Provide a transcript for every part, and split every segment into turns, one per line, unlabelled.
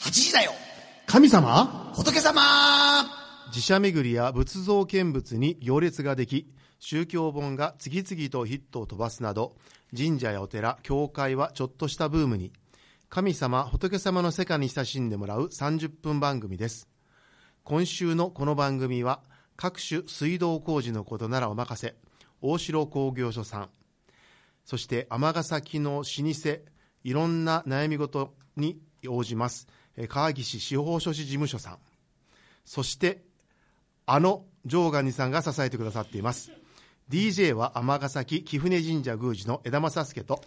8時だよ
神様
仏様
寺社巡りや仏像見物に行列ができ宗教本が次々とヒットを飛ばすなど神社やお寺教会はちょっとしたブームに神様仏様の世界に親しんでもらう30分番組です今週のこの番組は各種水道工事のことならお任せ大城工業所さんそして尼崎の老舗いろんな悩み事に応じますえー川岸司法書士事務所さんそしてあの上ガニさんが支えてくださっています DJ は尼崎貴船神社宮司の枝正助と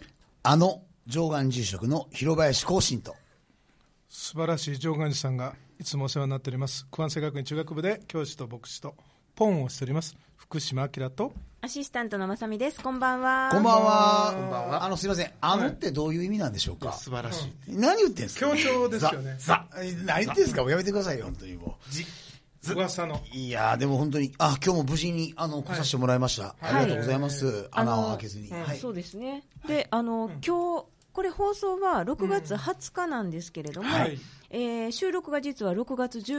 あの、上岸住職の広林浩信と。
素晴らしい上岸寺さんがいつもお世話になっております九安世学院中学部で教師と牧師とポンをしております福島明と
アシスタントのまさみです。こんばんは。
こんばんは。
こんばんは
あの、すいません。あのってどういう意味なんでしょうか
素晴らしい
何言ってんすか
強調ですよね
ざ、ざえ何言ってんすかもうやめてくださいよ、本当にもう。
噂の
いやー、でも本当に、あ、今日も無事に、あの、来させてもらいました。
い
ありがとうございます。
あの
穴を開けずに。はい。
そうですね。で、あの、今日、これ放送は6月20日なんですけれども、
はい
えー収録が実は6月
い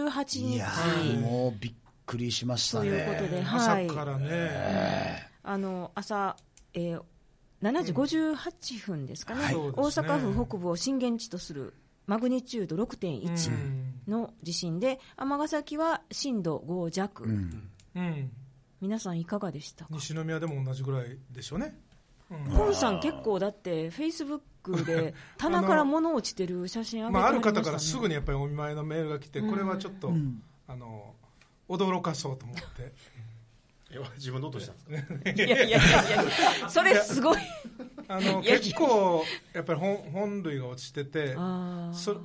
や
18
ー、
日
もうびっくりしました
ということ
ね。
で、
朝
はい。
からね
あの、朝、えー7時58分ですかね、
はい
大阪府北部を震源地とするマグニチュード6.1
うん
の地震で、尼崎は震度5弱、
うん
皆さん、いかがでしたか
西宮でも同じぐらいでしょうね
ポンさん結構だってフェイスブックで棚から物落ちてる写真あげて
まあ、ある
はり
方
ましたね
からすぐにやっぱりお見舞いのメールが来て、これはちょっと、あの驚かそうと思って、
自分の音したんですか
いやいやいやい やそれすごい
あの
いや
結構、やっぱり本本類が落ちてて、
あー
そ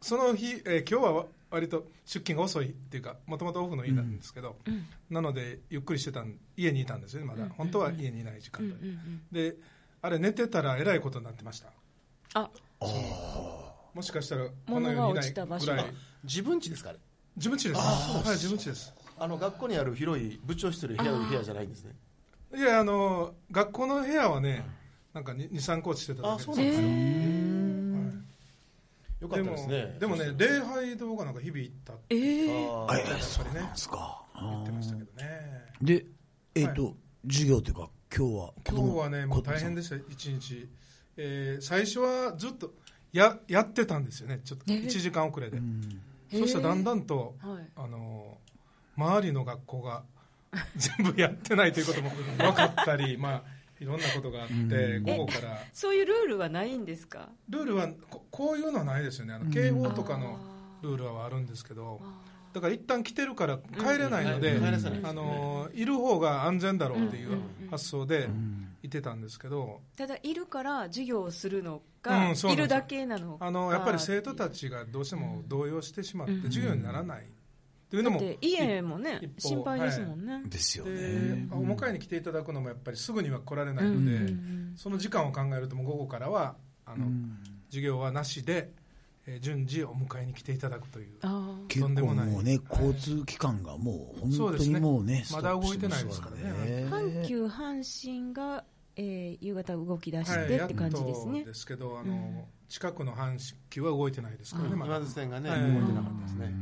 その日、えー今日は割と出勤が遅いっていうか、もともとオフの日なんですけど、なので、ゆっくりしてたん、家にいたんですよね、まだ、本当は家にいない時間帯、で、あれ、寝てたらえらいことになってました、
あ
もしかしたら、この
物が
世にい
落
な
ち
いぐ
た場所
らい、
自分家ですかね
自分家です、はい、自分家です。
あの学校にある広い部長室の部屋部屋じゃないんですね
いやあの学校の部屋はね、なんか23個落ちてただけ
あそう
え
なんです
ー
よか
で
った
も
ですね
でもね、礼拝堂がなんか日々行ったって
えー
あ
あ
ー
えーそうなんですか。
言ってましたけどね、
で、えっ、と、授業というか、今日は子
今
供
日はね、もう大変でした、一日、えー最初はずっとややってたんですよね、ちょっと
ええ
1時間遅れで、
え
そしたらだんだんと、
はい
あの周りの学校 が全部やってないということも分かったり、まあ、いろんなことがあって、午後から。
そういうルールはないんですか
ルールはここういうのはないですよねあの警報とかのルールはあるんですけどだから一旦来てるから帰れないので、
うん帰れさないですね
あのいる方が安全だろうっていう発想でいてたんですけど、
ただいるから授業をするの
う
か
んそうないんです
るだけなのか
あのやっぱり生徒
った
ちがどうしても動揺してしまって授業にならないというのも
て家もね
一方
心配ですもんね、
ですよ
で
ね。
お迎えに来ていただくのもやっぱりすぐには来られないので、その時間を考えるともう午後からはあの、授業はなしで、えー順次お迎えに来ていただくという。
あー
結構も
と
うんね
で、
交通機関がもう
そ
本
う
当
です
に
ね
もうね、
まだ
ストップしてま
動いてないですから
ね
阪急阪神が、えー夕方動き出し
はい、
て
や
っ
ってと
感じですね、
ですけど、あの、近くの阪神急は動いてないですからね、まだ
今津線がね
はい
動いてなかったですね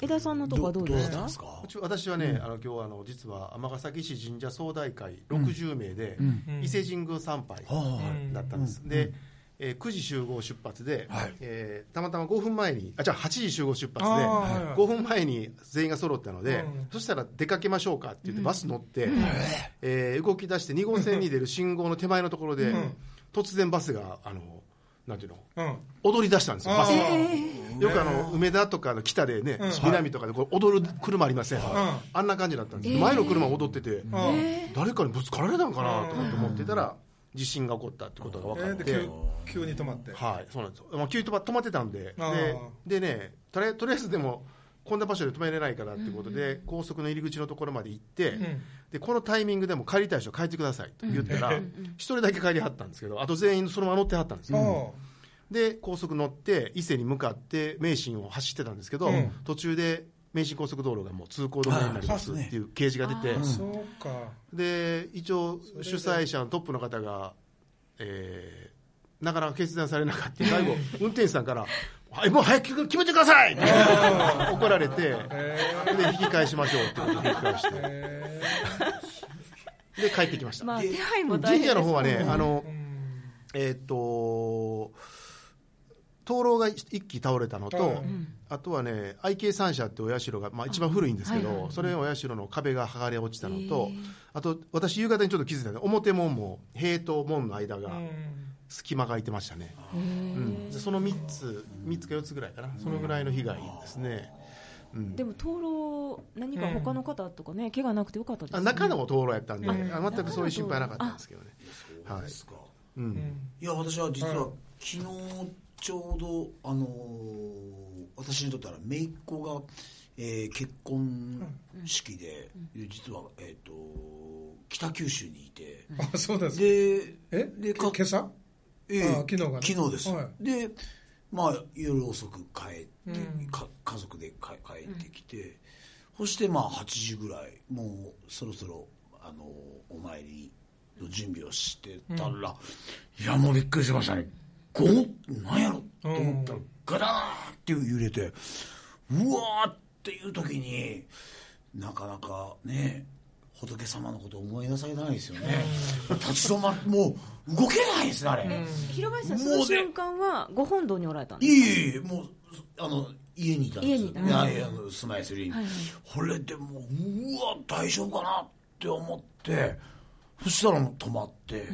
江田さんのとこはどうで
どう
し
したたんですか
うち私はね、あの今日あの実は尼崎市神社総大会60名で、
ん
伊勢神宮参拝
は
だったんです、で、えー9時集合出発で、えーたまたま5分前にあじゃあ8時集合出発で、
あーはい
5分前に全員が揃ったので、
うん
そしたら出かけましょうかって言ってバス乗って、えー動き出して2号線に出る信号の手前のところで、
ん
突然バスがあのなんていうの
うん、
踊り出したんですよバスが
あー
よくあの梅田とかの北でね、南とかでこう踊る車ありません、あんな感じだったんです、前の車踊ってて、誰かにぶつかられたのかなとかって思ってたら、地震が起こったってことが分
え
かっ
ーで
て、
急急に止まって、
はい、そうなんですよ、まあ、急に止ま止まってたんで、
あ
ででねとりあえ、とりあえずでも、こんな場所で止めれないからってことで、高速の入り口のところまで行って、
ん
で、このタイミングでも帰りたい人、帰ってくださいと言ったら、一人だけ帰りはったんですけど、あと全員そのまま乗ってはったんですよ。
あ
で高速乗って伊勢に向かって名神を走ってたんですけど、
うん
途中で名神高速道路がもう通行止めになります
あそう
っ
ね
ていう掲示が出て、
あそうか、
で一応主催者のトップの方が、えーなかなか決断されなかった最後運転手さんから「はいもう早く決めてくださいって怒られて、で引き返しましょうってことで引き返して、で帰ってきました。
まあ手配も大
神
変で
社
す
の
もん
方はね、あの
う、ん
えーっと、灯籠が一基倒れたのと、
うん
あとはね、IK 三社ってお社が、まあ、一番古いんですけど、
はいはい
それのお社の壁が剥がれ落ちたのと
へー、
あと私、夕方にちょっと気づいたので、表門も塀と門の間が
うん
隙間が空いてましたね、
へ
う
ー
んでその3つ、3つか4つぐらいかな、そのぐらいの被害ですね。うん
でも灯籠何か他の方とかね、怪我なくてよかったです、
あ
ね、
中野も灯籠やったんで、
うん
あ全くそういう心配なかったんですけどね。
そうですか、
う、
うんん
いや私は実
う
は
ん
昨日ちょうどあのー私にとったら姪っ子が、えー結婚式で、実は、えー、と北九州にいて、
あそうですか
で
え
で
で
か
今朝
ええ
あ昨日がね
昨日です、
は
でまあ夜遅く帰って、
うん
か家族でか帰ってきて、そしてまあ8時ぐらいもうそろそろあのお参りの準備をしてたら、いやもうびっくりしましたねゴンなんやろと思ったらガラーンって揺れてうわーっていう時になかなかね仏様のこと思い出されないですよね、立ち止まってもう動けないですねあれ、
広林さん、
も
そう
ね
の瞬間はご本堂におられたん
い
です
えいえいえもうあの家にいたんです
家にいた
いやいやあの住まいするに、
はいはい
これでもううわ大丈夫かなって思ってそしたらもう止まって、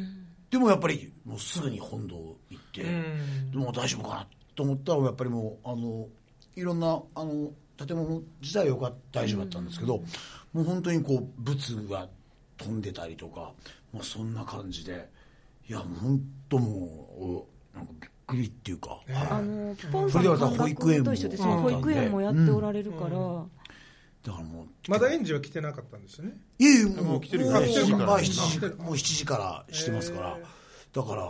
でもやっぱりもうすぐに本堂行って、
ん
でも大丈夫かなと思ったらやっぱりもうあのいろんなあの建物自体はよか大丈夫だったんですけど、もう本当にこう仏が飛んでたりとか、まあ、そんな感じでいやもう本当もうおなんかびっくりっていうか、はい
あのポン
そ
さ
れ
ん
で
の
はさ
感
保育園
覚
も
と一緒ですね、保育園もやっておられるから、
だからもう
まだ園児は来てなかったんですよね
いやいや
も
も
う
う
来てるよ
もう
来てるから
まあ7時
来てる
もう7時からしてますから、
へ
だから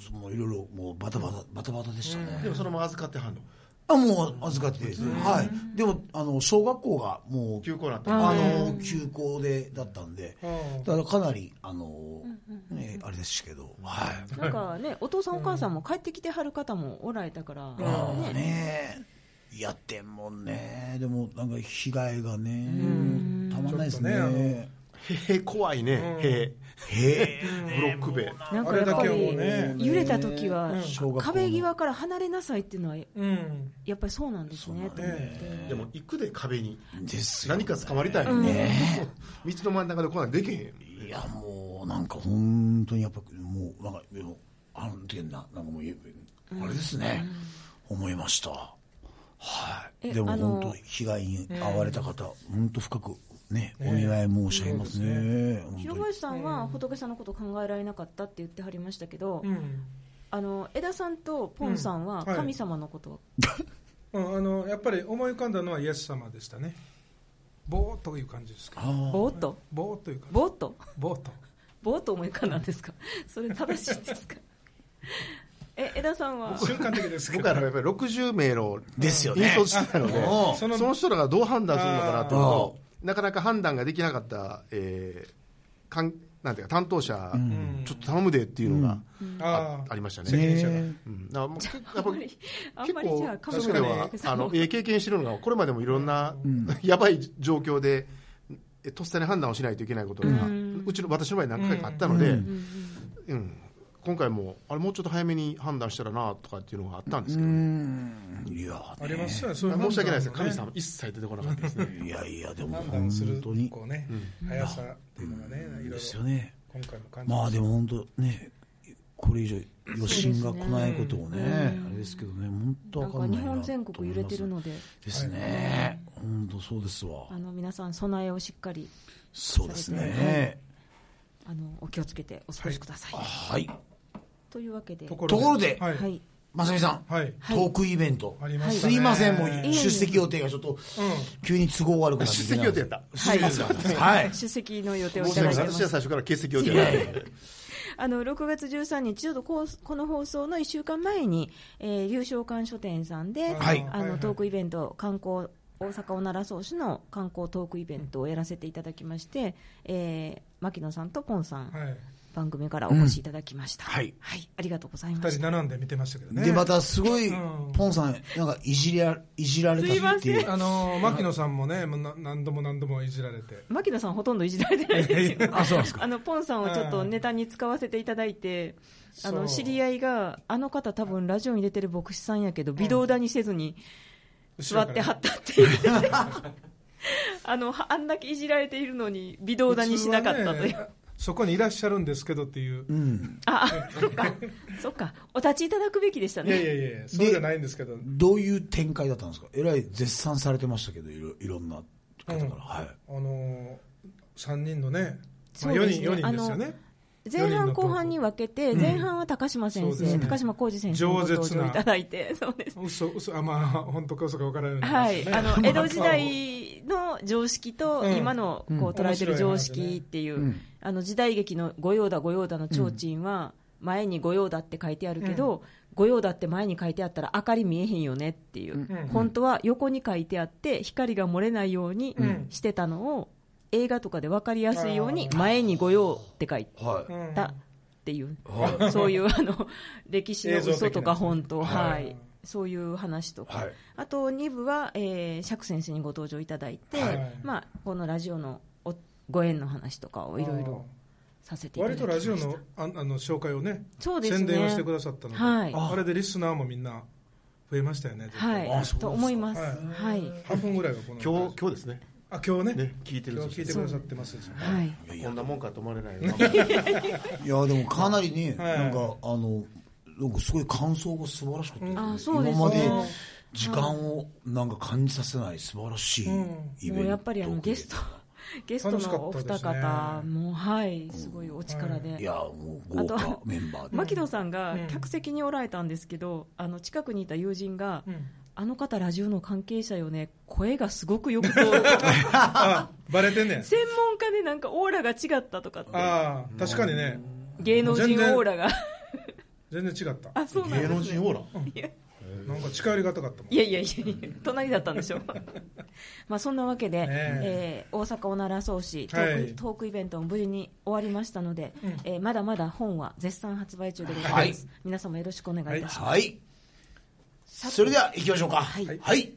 そもういろいろもうバタバタバタバタでしたね、
でもそのまま預かってはんの
あもう預かってですね、はいでもあの小学校がもう
休校になったの
あの休校でだったんで、
うん
だからかなりあの、ね、あれですけど、はい
なんかね、お父さん、お母さんも帰ってきてはる方もおられたから、
まあ
ね
ねやってんもんねでもなんか被害がねたまんないですね
ちょっとね
へえ怖いねへ
へえ
えブロック塀
なんかやっぱ
あれだけ
り、
はもうね
揺れた時は、
小学校の
壁際から離れなさいっていうのは、
うん
やっぱりそうなんですねと思って。
でも行くで壁に
ですよ
何か捕まりたいよね道の真ん中でこんなんできへん
いやもうなんか本当にやっぱもうなんかでもあの時ななんかもうえあれですね、思いましたはい
え
でも
あの
本当被害に遭われた方、本当深くねお見舞い申し上げますね本当
広
に
林さんは仏さんのこと考えられなかったって言ってはりましたけど、
うん
あの江田さんとポンさんは
うんはい
神様のこと、
うんあのやっぱり思い浮かんだのはイエス様でしたねぼーっという感じですけど
あ
ぼーっと、
ぼーっという感じ
ぼーっと、
ぼーっと
ぼーっと思い浮かんだんですか、それ正しいんですか、え江田さんは、
瞬間的ですけ
僕ら
ど
はやっぱり60名の
ですよ
引
ね
率してたので
あ
そのその人らがどう判断するのかなと思うと
あ
なかなか判断ができなかったえーかんなんていうか担当者
ん
ちょっと頼むでっていうのがあ
あ
ありました
責
ね
任者が
ね
うんだからもう結構や
あん
っぱ
まり、あんまりじゃあ、神
そういう意味で
様
は
のこと
あのえー経験してるのがこれまでもいろんな、
ん
やばい状況でえとっさに判断をしないといけないことが、
う
うんちの私の場合何回かあったので、
う
うんん今回もあれもうちょっと早めに判断したらなとかっていうのがあったんで
う
すけど、
んいや
ありますよねそういう
申し訳ないです、
判
神
断
様
の
一切出てこなかったですね
いやいやでも
ね判断する
本当に
こうね速さっていうのがねいろいろ
ですよね
今回も感じ
まあ
ま
でも本当ねこれ以上余震が来ないことを
そう
ね
ですね
あれですけどね本当
な
わ
ん
か
か
んな
日
いな
本全国揺れてるので、
ですね本当そうですわ
あの皆さん、備えをしっかり
そうですね
あのお気をつけてお過ごしください。
はい
というわけで、
す
ところで
はい
はい、
まさみさん
はい
トークイベント
ありました
す
ね
いませんもう
うん
出席予定がちょっと急に都合悪くなってきて
出席予定やった
出席予定だったはい
出席の予定をい
申した
だ
訳
い
ない
てま
私は
す。
最初から欠席予定
い
だっ
や
た
いやい
の
や
で
あの6月13日、ちょうどこうこの放送の1週間前に、えー、流昇館書店さん
はい
で、あ
はいは
の
い
トークイベント、観光大阪を奈良総市の観光トークイベントをやらせていただきまして、えー牧野さんとポンさん、
はい
番組からお越しいただきました。
うんはい
ありがとうございま
二
し
人
た。
並んで見てましたけどね。
で、またすごい
うん、
ポンさん、なんかいじりや、いじられたっていう。
あのー牧野さんもね、もうな何度も何度もいじられて。
牧野さんほとんどいじられてないですよ。
あ、そうなんです
あ
か。
のポンさんをちょっとネタに使わせていただいて、あ
そ
の
う
知り合いが、あの方、多分ラジオに出てる牧師さんやけど、微動だにせずに座ってはったっていう、 あのはあんだけいじられているのに、微動だにしなかったと
普
い
通
う、
はねそこにいらっしゃるんですけどっていう
う。ん。
ああそっか、そっか、お立ちいただくべきでした
いやいや
ね、
いや、そうじゃないんですけど。
どういう展開だったんですかえらい絶賛されてましたけど、いろいろんな方から。
うん
はい。
あの3人のね、ま
そ
あ、
う
4
です
人
ね
,4 人ですよね、
前半、後半に分けて、
うん
前半は高島先
そう
生、
ですね
高島浩二先生にご登
饒舌な
場いただいて、そうです。
嘘嘘あまあ、本当か嘘か分からないようにな
は
りまし
い、
たね
あの江戸時代の常識と
うん
今のこう捉えてる常識っていう、
うん
あの時代劇の「御用だ御用だ」の提灯は前に「御用だ」って書いてあるけど、御用だって前に書いてあったら明かり見えへんよねっていう、
ん
本当は横に書いてあって光が漏れないように
うん
してたのを、映画とかで分かりやすいように
あー
前に「御用」って書い
はい。
うん
たっていう、そういうあの 歴史の嘘とか本当、はいそういう話とか、
はい
あと2部は、えー釈先生にご登場いただいて、
はい
まあ、このラジオのおご縁の話とかをいろいろさせていただ
割
きま
と
した
ラジオのああの紹介をね
そうですね
宣伝をしてくださったので、
はい
あれでリスナーもみんな増えましたよね、絶対
あそ
はい
うですか
と思います、
は
はいい
半分ぐらいがこの
今日今日ですね
あ今日ね
ね聞いてる
今
と
日聞いてくださってます
はい
い
こんなもんかと思われない
いや、でもかなりね、
はい
なんか、あの、なんかすごい感想が素晴らしかったですね
あそうです
今ま
ね
で時間をなんか感じさせない素晴らしいイベント
もうやっぱりあのゲストゲストのお二
楽しかった
方、
ですね
もはいすごいお力で、
いや、もう豪
あ
華
と
メンバーで。
牧野さんが
うん
客席におられたんですけど、あの近くにいた友人が、
うん
あの方、ラジオの関係者よね、声がすごくよくこう
あバレてんねん
専門家でなんかオーラが違ったとかって、
ああ確かにね
芸能人オーラが、
全然違った
あそうなん
芸
で
能
す、
人オーラ
なんか近寄りがたかったもん
いやいやいやいや、隣だったんでしょう、まあそんなわけで、
え
えー大阪おなら総市トーク、
はい
トークイベントも無事に終わりましたので、
うん
えーまだまだ本は絶賛発売中でございます。
は
皆様よろしくお願いいたします。
はい。それでは行きましょうか。はいい。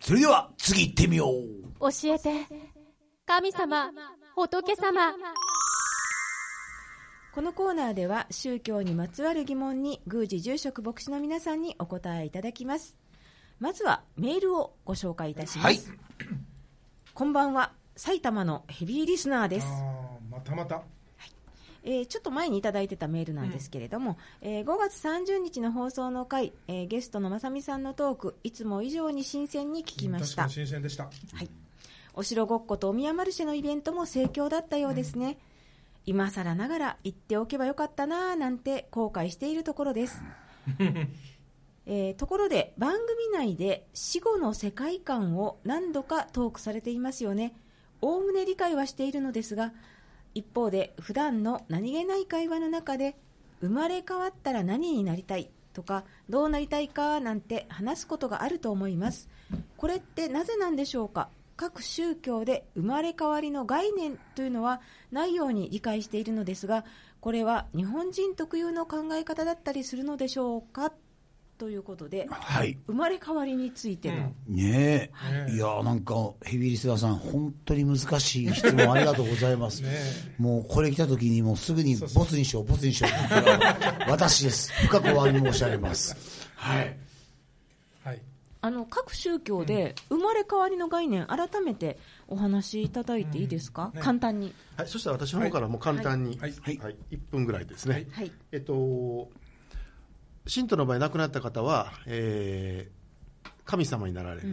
それでは次行ってみよう。
教えて神様仏様
このコーナーでは宗教にまつわる疑問に宮司住職牧師の皆さんにお答えいただきますまずはメールをご紹介いたします、
はい
こんばんは埼玉のヘビーリスナーです、
ああまたまた
えーちょっと前にいただいてたメールなんですけれども、えー5月30日の放送の回、えーゲストのまさみさんのトークいつも以上に新鮮に聞きま
確
し
か
た
に新鮮でした
お城ごっことお宮マルシェのイベントも盛況だったようですね、今更ながら行っておけばよかったなぁなんて後悔しているところです、えーところで番組内で死後の世界観を何度かトークされていますよねおおむね理解はしているのですが一方で普段の何気ない会話の中で生まれ変わったら何になりたいとかどうなりたいかなんて話すことがあると思いますこれってなぜなんでしょうか各宗教で生まれ変わりの概念というのはないように理解しているのですがこれは日本人特有の考え方だったりするのでしょうかということで
はい。
生まれ変わりについての、
ね
は
え。
い
いやーなんか、ヘビーリスナーさん、本当に難しい質問ありがとうございます。
ね
もうこれ来た時にもうすぐに
そうそう
ボツにしよう、ボツにしようって言ったら。私です。深くお詫び申し上げます。はい。
はい
あの各宗教で生まれ変わりの概念、改めてお話しいただいていいですか、
うんね
簡単に。
はい、そしたら私の方からもう簡単に、
は
はいい
は
1分ぐらいですね、
はい、
えっと、信徒の場合、亡くなった方は、えー神様になられる、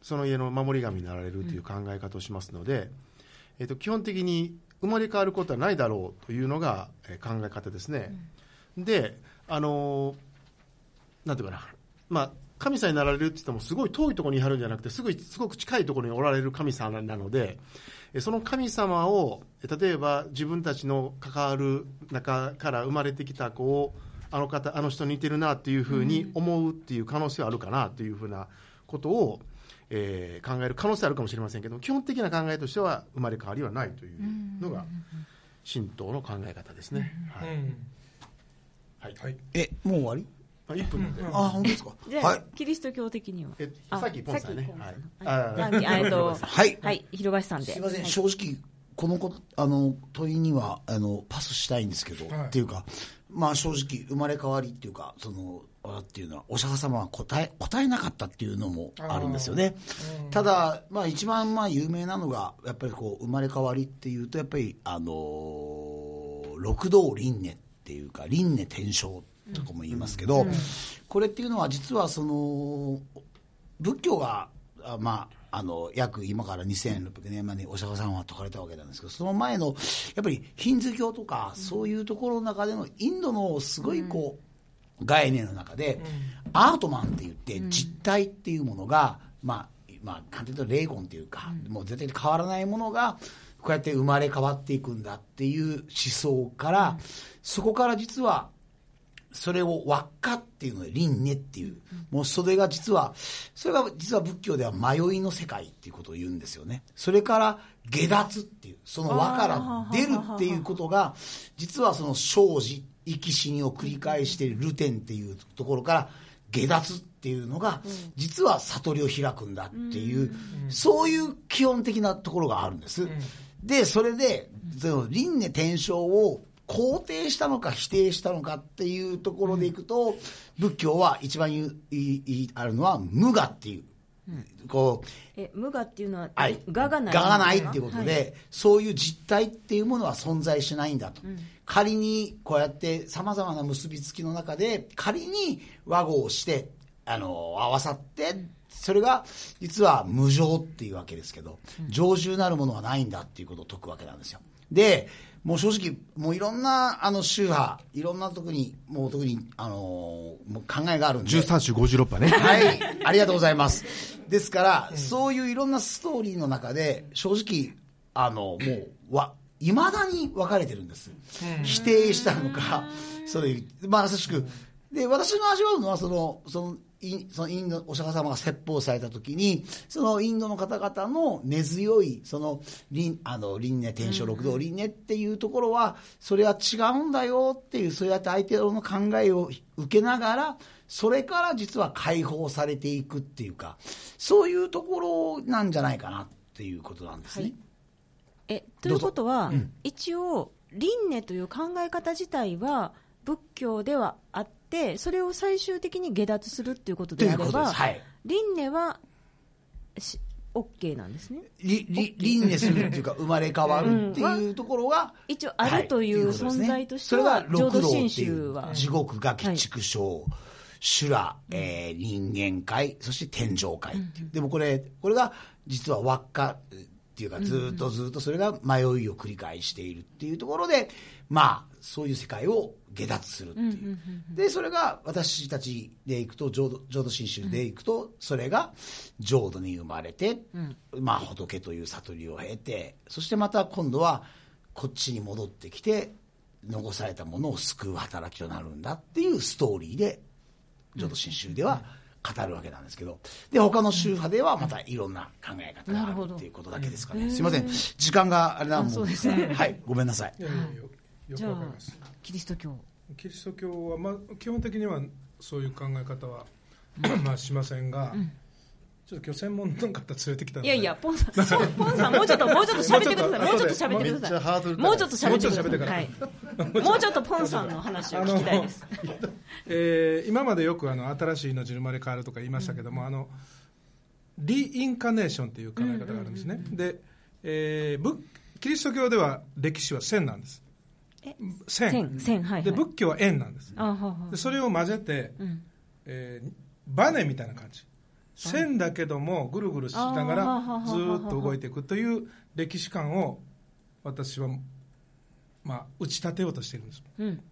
その家の守り神になられるという考え方をしますので、えっと、基本的に生まれ変わることはないだろうというのがえー考え方ですね。であのーなんていうかな、まあ、神様になられるって言っても、すごい遠いところにあるんじゃなくて、すぐすごく近いところにおられる神様なので、えその神様を、え例えば自分たちの関わる中から生まれてきた子を、あの方、あの人似てるなっていうふうに思うっていう可能性はあるかなというふうなことを、えー考える可能性はあるかもしれませんけど、基本的な考えとしては、生まれ変わりはないというのが神道の考え方ですね。はい
うん
はい
はい
えもう終わり
あ1分で、
あ本当ですか
じゃあ、
はい
キリスト教的には。
え
あ
さっきポンさんね。
さっきポン
はい
さ
あ
んはいあえっと、
はい
はい、広橋さんで。
すいません、
はい
正直このこあの問いにはあのパスしたいんですけど、
はい
っていうかまあ正直生まれ変わりっていうかそのあっていうのはお釈迦様は答え答えなかったっていうのもあるんですよね、ただ、まあ、一番まあ有名なのがやっぱりこう生まれ変わりっていうとやっぱりあのー六道輪廻っていうか輪廻転生とかも言いますけど、これっていうのは実はその仏教が、あまあ、あの約今から2600年前にお釈迦さんは説かれたわけなんですけどその前のやっぱりヒンズー教とかそういうところの中でのインドのすごいこう、概念の中で、アートマンって言って実体っていうものが、まあまあ簡単に言うと霊魂っていうか、もう絶対に変わらないものがこうやって生まれ変わっていくんだっていう思想から、そこから実はそれを輪っかっていうので輪廻っていう、もうそれが実は、それが実は仏教では迷いの世界っていうことを言うんですよね。それから下脱っていう、その輪から出るっていうことが、実はその生死、生き死にを繰り返しているルテンっていうところから、下脱っていうのが、実は悟りを開くんだっていう、そういう基本的なところがあるんです。で、それで、その輪廻転生を肯定したのか否定したのかっていうところでいくと、仏教は一番言ういいいいあるのは無我っていう、こう、
え、無我っていうのは、
はい、
我がない。
我がないっていうことで、
はい。
そういう実体っていうものは存在しないんだと、仮にこうやってさまざまな結びつきの中で仮に和合をしてあの合わさって、それが実は無常っていうわけですけど常習なるものはないんだっていうことを説くわけなんですよ。でもう正直、もういろんなあの宗派、いろんなとこに、もう特に、あのもう考えがあるんで。
種56波ね。
はい、ありがとうございます。ですから、そういういろんなストーリーの中で、正直、あの、もう、わ、いまだに分かれてるんです。否定したのか、そういう、まあ、まさしく、で、私が味わうのは、その、その、インそのインドお釈迦様が説法された時にそのインドの方々の根強いその輪あの輪廻転生六道輪廻っていうところはそれは違うんだよっていうそうやって相手の考えを受けながらそれから実は解放されていくっていうかそういうところなんじゃないかなっていうことなんですね。
はいえ、ということ
ど
は、
うぞうん
一応、輪廻という考え方自体は、仏教ではあって、それを最終的に下脱するっていうこと
と
で
い
あ
うこ
れ
とです。
ば、
はい
輪廻は、し、オッケーなんですね。
りり輪廻するっていう か生まれ変わるっていうところが、
一応あるという
ことですね
存在としては
それが六道って
浄土真
いう
宗は
地獄が鬼畜生、修羅、えー人間界そして天上界っていうでもこれこれが実は輪っかっていうかずーっとずーっとそれが迷いを繰り返しているっていうところでまあそういう世界を下脱するっていう,、でそれが私たちでいくと浄土浄土真宗でいくとそれが浄土に生まれて、まあ仏という悟りを経てそしてまた今度はこっちに戻ってきて残されたものを救う働きとなるんだっていうストーリーで浄土真宗では語るわけなんですけどで他の宗派ではまたいろんな考え方があ
なるほ
る
ど
っていうことだけですかねすいません時間があれなもん
そうですね
はいごめんなさい
いやいやいやよよ
じ
く
ゃ
わ
あ
かります、
キリスト教。
キリスト教は、まあ、基本的にはそういう考え方はまあしませんが、ちょっと今日専門の方連れてきたので
いやいや、ポンさん、ポンポンさん、もうちょっと、もうちょっと喋ってください。も
もうち
うちょ
ょ
っ
めっ
っと
と喋ってくだ
ちゃハ
さ
ード
い。
ル高い
もうちょっと喋ってくだ
もうちょっと喋ってから
さい。はい。もうちょっとポンさんの話を聞きたいです。
えー今までよくあの新しい命に生まれ変わるとか言いましたけども、あのリインカネーションという考え方があるんですね、で、えー仏キリスト教では歴史は線なんです
え
線
線線はいはい
で仏教は円なんです
あはは
でそれを混ぜて、
ん
えーバネみたいな感じ線だけどもぐるぐるしながら
あーはははは
ずーっと動いていくという歴史観を私は、まあ、打ち立てようとしているんです
うん。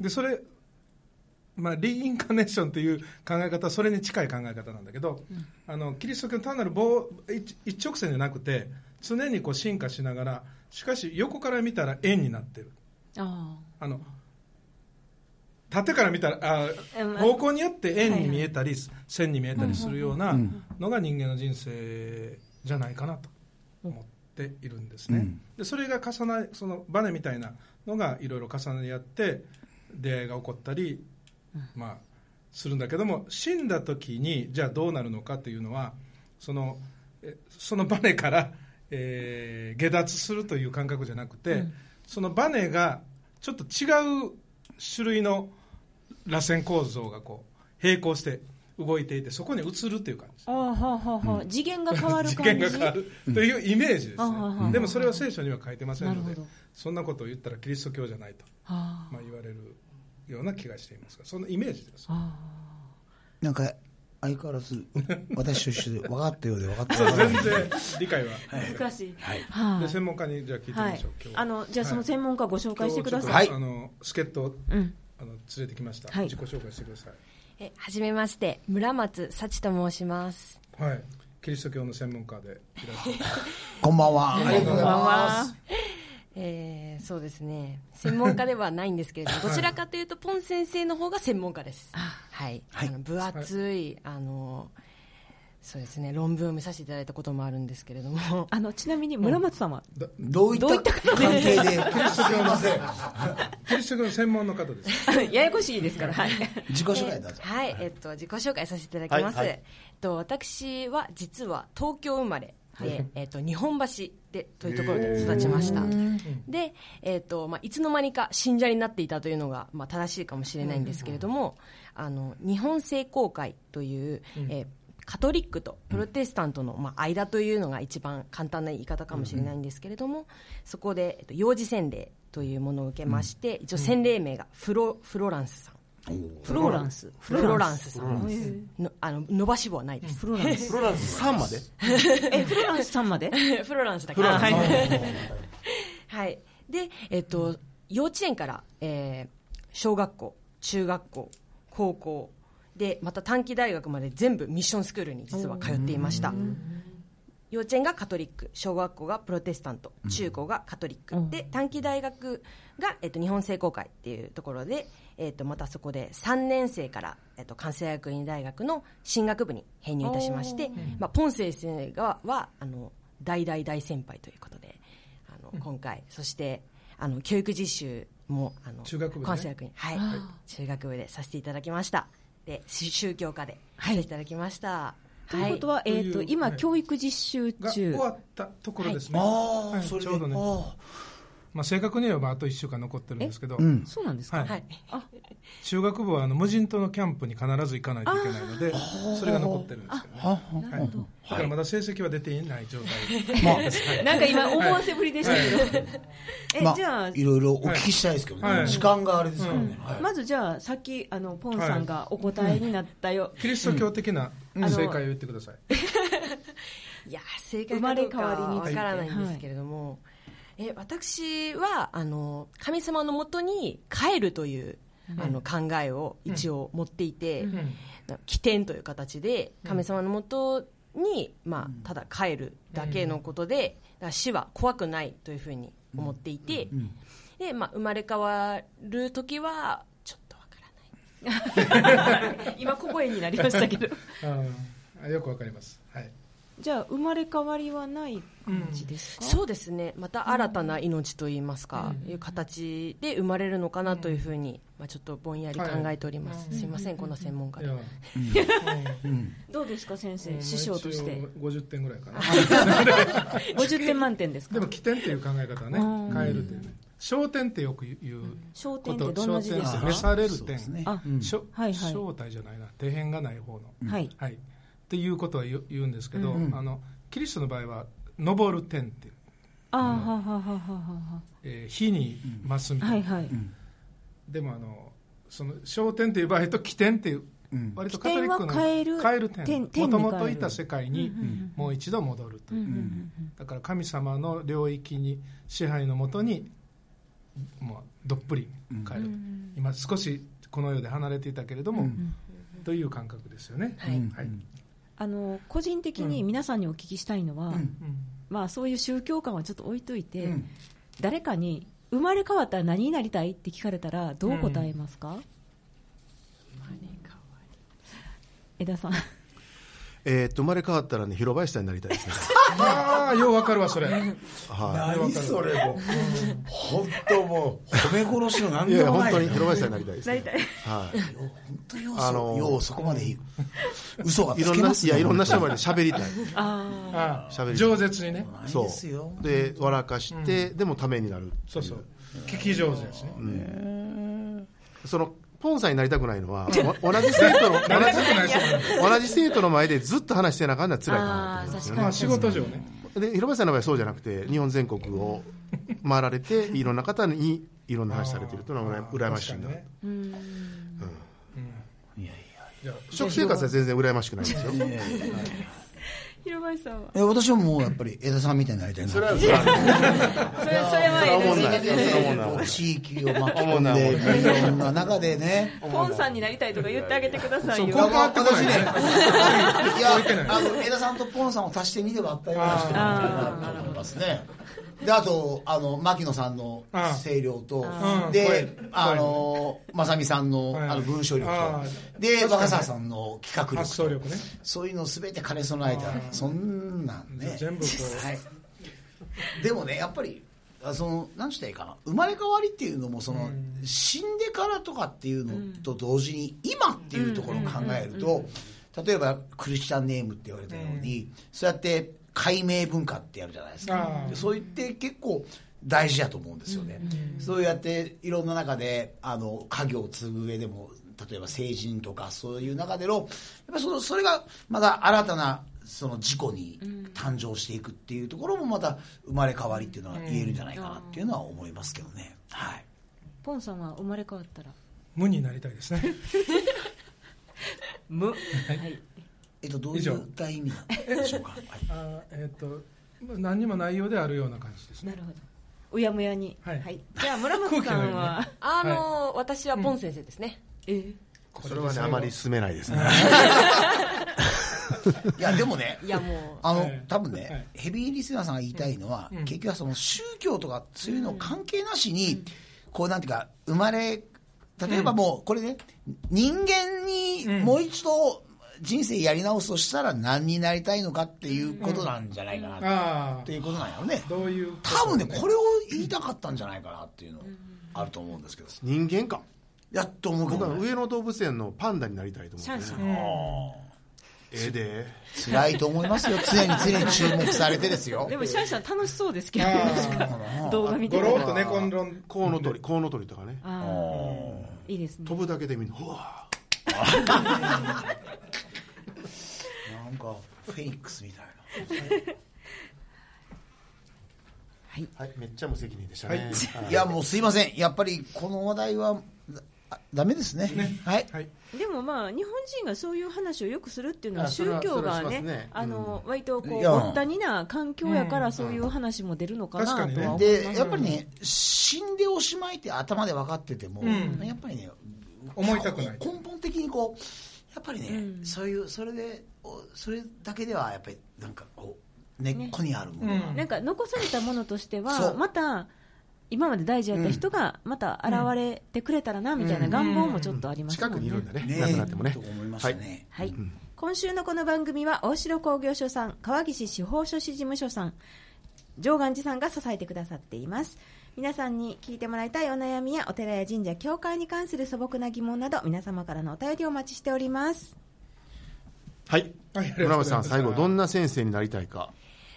でそれ、まあ、リインカーネーションという考え方はそれに近い考え方なんだけど、あのキリスト教の単なる棒一一直線じゃなくて常にこう進化しながらしかし横から見たら円になってる
あ
あの縦から見たら
うん
あ方向によって円に見えたり、線に見えたりするようなのが人間の人生じゃないかなと思っっているんですね、
うん
でそれが重なそのバネみたいなのがいろいろ重なり合って出会いが起こったり、まあ、するんだけども死んだ時にじゃあどうなるのかっていうのはそのえそのバネから、えー下脱するという感覚じゃなくて、そのバネがちょっと違う種類の螺旋構造がこう並行して動いていてそこに移るという感じ
ああはあはあはあ次元が変わる
事
感じ
件が変わるというイメージです
あははは
ね。でもそれは聖書には書いてません
な
の
る
で
ほど、
そんなことを言ったらキリスト教じゃないと、
あ
まあ、言われるような気がしていますが、そのイメージです。
なんか相変わらず私と一緒で分かったようで分かった
そう
ようで
全然理解は。
あ難しい
はい
は
で
い
専門家にじゃあ聞いてみ
は
ま
い
しょう。今日は
あのじゃあその
はい
専門家ご紹介してくだ
は
さ
い
い
今日ちょっとあの助っ人を
うん
あの連れてきました。
はい
自己紹介してくださ
えはじめまして村松幸と申します
い。はい。キリスト教の専門家でいらっしゃる。
こんばんはありがとうござい
こんばん
ま
は
す
えーそうですね専門家ではないんです けれどもどちらかというとポン先生の方が専門家ですはい、
はい
あの分厚いあのそうですね論文を見させていただいたこともあるんですけれども
あのちなみに村松さんは
どうい
どういっ
ったた
方
関係でですいません
キリスト教の専門の方です。
ややこしいですからはい
自己紹介どうぞ
はい、えっと、自己紹介させていただきます、
はいは
えっと、私は実は東京生まれで、えっと、日本橋でというところで育ちましたで、えっとまあ、いつの間にか信者になっていたというのが、まあ、正しいかもしれないんですけれども、あの日本聖公会という、えーカトリックとプロテスタントの、まあ、間というのが一番簡単な言い方かもしれないんですけれども、そこで、えっと、幼児洗礼というものを受けまして、一応洗礼名がフロフロランスさん
フローランス
フロランスさん
へえ
のあの伸ばし棒はないです
フローランス
プロランス3まで
えフローランスさんまで
フロランスだからはい、はい、でえっと、幼稚園から、えー小学校中学校高校でまた短期大学まで全部ミッションスクールに実は通っていました幼稚園がカトリック小学校がプロテスタント中高がカトリック、
うん
で短期大学が、えっと、日本聖公会っていうところで、えっと、またそこで3年生から、えっと、関西学院大学の進学部に編入いたしまして、まあ、ポン先生がはあの大大大先輩ということであの今回そしてあの教育実習もあの
中学部ね
関西学院はい、中学部でさせていただきましたでし宗教科でさせていただきました、
ということは、えー、と
という
今、
はい
教育実習
が終
中
わったところですね。
ああ、
はい
それ
ち
で
ょうどね。
あ
まあ正確に言えばあと一週間残ってるんですけど。
ん
そうなんですか、
はい。
はい
中学部はあの無人島のキャンプに必ず行かないといけないので、それが残ってるんですけどね、
あはは
はい、だからまだ成績は出ていない状態
まあ
なんか今、思わせぶりでしたけど、え
まあ
じゃあ
いろいろお聞きしたいですけどね、
はい
時間があれですからね、はい
まずじゃあ、さっきあのポンさんがお答えになっ たよ、
キリスト教的な
あの
正解を言ってください、
いや正解かどうか
生まれ変わりに
わ
つい
か
て
らないんですけれども、え私はあの神様のもとに帰るという、あの考えを一応持っていて、な起点という形で神様のもとに、まあ、ただ帰るだけのことで、だから死は怖くないというふうに思っていて、でまあ、生まれ変わる時はちょっとわからない
今、小声になりましたけど、
あーよくわかります、はい、
じゃあ、生まれ変わりはない感じですか、
そうですねまた新たな命といいますか、いう形で生まれるのかなというふうに、まあ、ちょっとぼんやり考えております、すいませんこんな専門家
い
で
や
どうですか、先生、師匠として、
50点ぐらいかな
50点満点で す
で
か
も、起点っていう考え方ね
うん
変えるというね焦点ってよく言うこ
焦点って
と
どんな字で
焦
すか
点、召される
そうです
点、
ね
あ
しょ
はいはい
正体じゃないな底辺がない方の
はい、
はい、っていうことは言う言うんですけど、
うん
あのキリストの場合は昇る点っていう、
あーははははは
えー火に増すみ
は
たいな、
はいはい、
でもあのその焦点という場合と起点っていう、
うん
割とカトリックの
起点は変える
変える
点
点
点に
も
変
と
える
もといた世界にもう一度戻るという、だから神様の領域に支配のもとに、まあ、どっぷり変えると、今少しこの世で離れていたけれども、という感覚ですよね、
はい
はい
あの個人的に皆さんにお聞きしたいのは、まあ、そういう宗教観はちょっと置いといて、
うん
誰かに生まれ変わったら何になりたいって聞かれたらどう答えますか、江田さん
えーっと生まれ変わったらね広林さんになりたいですね
ああようわかるわそれ
は
何それもう本当もう褒め殺しの何
いいや
で
いや
も
本
ない
当
よ
に広林さんになりたいです、ね、
なりたい
はい
本当よう
あの
そ
ー
ようそこまでいい嘘が
い
つ
ろん
け
な、
ます
い
ね
や、いろんな人まで喋りたい。
あ
喋
あ
り
饒舌にね
ない
そ
ですよ
う。で、笑かして、でもためになる。
そうそう聞き上手ですね
その、ポンさんになりたくないのは、お同じ生徒の、
なりたくない人なんで
同じ同じ生徒の前でずっと話してなあかんのは辛いかなと思うんですよ
ま
ね
あ仕事上ね
で、広林さんの場合はそうじゃなくて、日本全国を回られ て、いろんな方にいろんな話されてるというのは羨羨ましいんだ
確かに。ね
食生活は全然羨ましくないんですよ。
広林さんは
え私はもうやっぱり江田さんみたいになりたいなそれは
それそれは
おもん
NG
な
で
い。
す
それはおもんない。
地域を巻き込んでいろんな中でね
ポンさんになりたいとか言ってあげてください
いや
よ
まあ私ね い
てない
やあの江田さんとポンさんを足して2で割ったような人なんだなと思いますねであとあの牧野さんの声量と
うん
で
うん
あの正美さんの
はい
あの文章力
あ
とで若狭さんの企画
発想
力
力
と
ね
そういうのを全て兼ね備えたそんなんね
全部こう
はいでもねやっぱりあその何したらいいかな生まれ変わりっていうのもその、死んでからとかっていうのと同時に今っていうところを考えると、例えばクリスチャンネームって言われたように、そうやって解明文化ってやるじゃないですか
あ。ー
でそう言って結構大事だと思うんですよね。そうやっていろんな中であの家業を継ぐ上でも例えば成人とかそういう中でのやっぱりそのそれがまだ新たなその事故に誕生していくっていうところもまた生まれ変わりっていうのは言えるんじゃないかなっていうのは思いますけどね。はい。
ポンさんは生まれ変わったら
無になりたいですね
無はい
えっとどうい
以上
った意味なんでしょうか。はい
あーえっとまあ何にも内容であるような感じですね
なるほどうやむやに
はい
じゃあ村松さんは
あのー私はポン先生ですね、
え
それはね、あまり進めないですね。
いやでも ね
い。やも
あの
ええ
多分ね、
はい
ヘビーリスナーさんが言いたいのは、結局はその宗教とかそういうの関係なしに、こうなんていうか生まれ例えばもうこれね人間にもう一度人生やり直すとしたら何になりたいのかっていうことなんじゃないかな、
あ
っ
あ
ていうことなんやろね
どういう
多分ねこれを言いたかったんじゃないかなっていうのあると思うんですけど
人間か。
やっと思うけ
僕
ど
は
ね
上野動物園のパンダになりたいと思
シャ
っ
ン
て
シ
ね。
ャン
ええで。
辛いと思いますよ常に常に注目されてですよ
でもシャンシャン楽しそうですけど
あ
ね
ー
動画見て
ゴ
た
ロ
ら
ッとねこんろん
コウノトリ、コウノトリとかね。
あーいいですね
飛ぶだけでみんな、うわ
なんかフェニックスみたいな
はい、めっちゃ無責任でしたね。はい
いやもうすいませんやっぱりこの話題はあダメですねはい、
はい
でもまあ日本人がそういう話をよくするっていうのは
あそれ
宗
は
教が
それはし
ね
ますね
あの割とこ
いうや
ぼったにな環境やからそういう話も出るのかなとは
確かにね
思い
で
ます
やっぱりね死んでおしまいって頭で分かってても、
ん
やっぱりね
思いたくない
根本的にこうやっぱりね、そういうそれでおそれだけではやっぱりなんかこう根っこにあるものが、
うん
なんか残されたものとして
そ
は
う
また今まで大事やった人がまた現れてくれたらなみたいな願望もちょっとあります
近
もんね
くにいるんだね。
ね
なくなってもね
と。思いまし
は
た
い。
ね、
はい、今週のこの番組は大城工業所さん川岸司法書士事務所さん上岸寺さんが支えてくださっています皆さんに聞いてもらいたいお悩みやお寺や神社教会に関する素朴な疑問など皆様からのお便りをお待ちしております
はい。
はいありがとうござい
村
ます
松さん、最後、どんな先生になりたいか。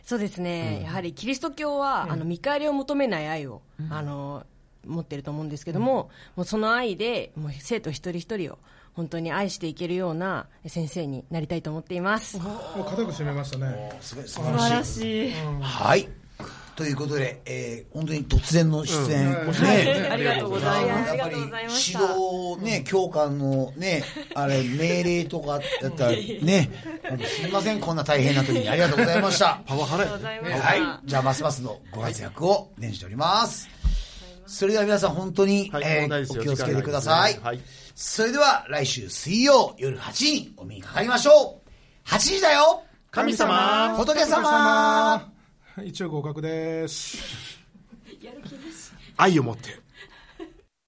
うそうですね、やはりキリスト教は、あの見返りを求めない愛を、あの持ってると思うんですけども,、もうその愛でもう生徒一人一人を本当に愛していけるような先生になりたいと思っています
もう固く締めましたね
すごい素晴らしい
しい
はいということで、えー、本当に突然の出演、
うん
ね
ありがとうござい
や
ます
っぱり指導ね、教官のね、あれ、命令とかだったらね、すいません、こんな大変な時にありがとうございました。
パワハラやね。
はい。じゃあ、ますますのご活躍を念じております。それでは皆さん本当に、
はい
えー
問題ですよ
お気をつけ
時間な
て
い
ください。
ですねはい
それでは来週水曜夜8時にお目にかかりましょう。8時だよ
神様
仏様
一応合格です
愛を持って。